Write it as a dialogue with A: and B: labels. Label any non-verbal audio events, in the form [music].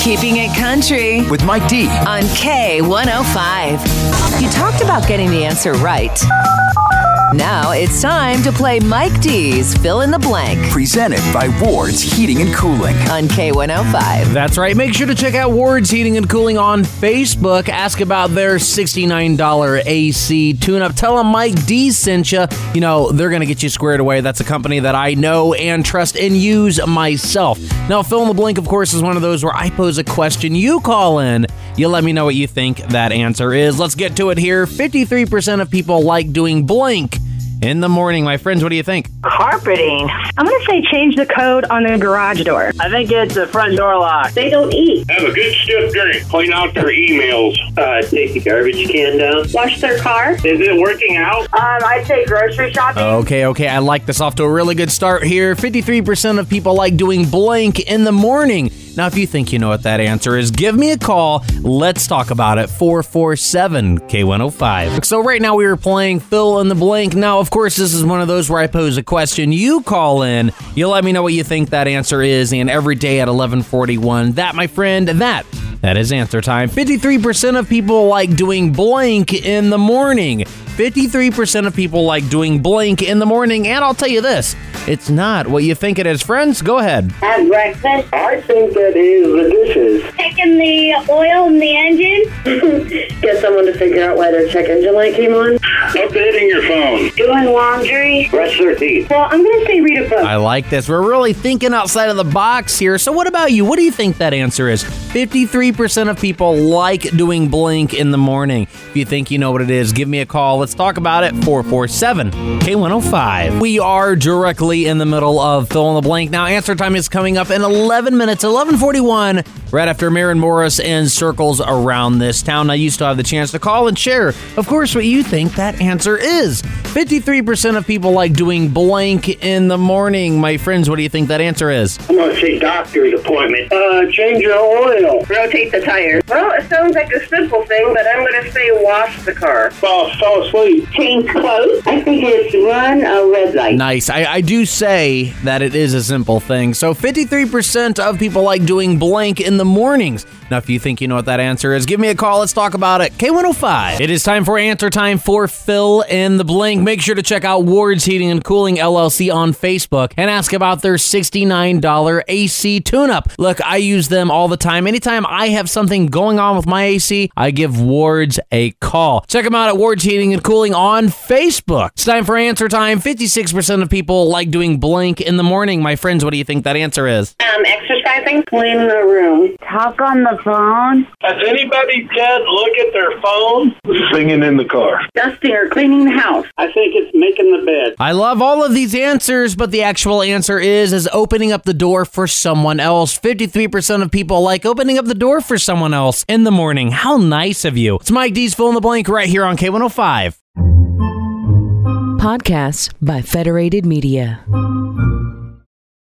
A: Keeping it country
B: with Mike D.
A: on K105. You talked about getting the answer right. Now it's time to play Mike D's Fill in the Blank
B: Presented by Ward's Heating and Cooling.
A: on K105.
C: That's right. Make sure to check out Ward's Heating and Cooling on Facebook. Ask about their $69 AC tune up. Tell them Mike D sent you. You know, they're going to get you squared away. That's a company that I know and trust and use myself. Now, fill in the blank, of course, is one of those where I pose a question. You call in. You let me know what you think that answer is. Let's get to it here. 53% of people like doing blank in the morning. My friends, what do you think?
D: Carpeting.
E: I'm going to say change the code on the garage door.
D: I think it's the front door lock.
F: They don't eat.
G: Have a good stiff drink. Clean out their emails.
H: Uh, take the garbage can down.
F: Wash their car. Uh,
G: Is it working out?
D: Um, I'd say grocery shopping.
H: Uh,
C: Okay, okay, I like this off to a really good start here. 53% of people like doing blank in the morning. Now, if you think you know what that answer is, give me a call. Let's talk about it. 447 K105. So, right now we were playing fill in the blank. Now, of course, this is one of those where I pose a question. You call in, you let me know what you think that answer is, and every day at 1141. That, my friend, that that is answer time. 53% of people like doing blank in the morning. 53% of people like doing blank in the morning. And I'll tell you this it's not what you think it is. Friends, go ahead.
F: Have breakfast.
H: I think that is the dishes.
I: checking the oil in the engine.
F: [laughs] Get someone to figure out why their check engine light came on.
G: Updating your phone.
F: Doing laundry.
H: Brush their teeth.
F: Well, I'm going to say read a book.
C: I like this. We're really thinking outside of the box here. So, what about you? What do you think that answer is? 53% of people like doing blank in the morning. If you think you know what it is, give me a call. Let's talk about it. 447 K105. We are directly in the middle of fill in the blank. Now, answer time is coming up in 11 minutes, 1141, right after Marin Morris and Circles Around This Town. Now, you still have the chance to call and share, of course, what you think that answer is. 53% of people like doing blank in the morning. My friends, what do you think that answer is?
H: I'm going to say doctor's appointment. Uh, change your oil.
F: Rotate the tires.
D: Well, it sounds like a simple thing, but I'm going to say wash the car.
G: Fall, fall asleep.
F: Change clothes. I think it's run a red light.
C: Nice. I, I do say that it is a simple thing. So 53% of people like doing blank in the mornings. Now, if you think you know what that answer is, give me a call. Let's talk about it. K105. It is time for answer time for Phil in the Blank. Make sure to check out Ward's Heating and Cooling LLC on Facebook and ask about their $69 AC tune up. Look, I use them all the time. Anytime I have something going on with my AC, I give Ward's a call. Check them out at Ward's Heating and Cooling on Facebook. It's time for answer time. 56% of people like doing blank in the morning. My friends, what do you think that answer is?
F: Um, exercising. Clean the room.
E: Talk on the phone.
G: Has anybody, Ted, look at their phone?
H: Singing in the car.
F: Dusting or cleaning the house.
H: I think it's making the bed.
C: I love all of these answers, but the actual answer is is opening up the door for someone else. 53% of people like opening up the door for someone else in the morning. How nice of you. It's Mike D's fill in the blank right here on K105.
A: Podcasts by Federated Media.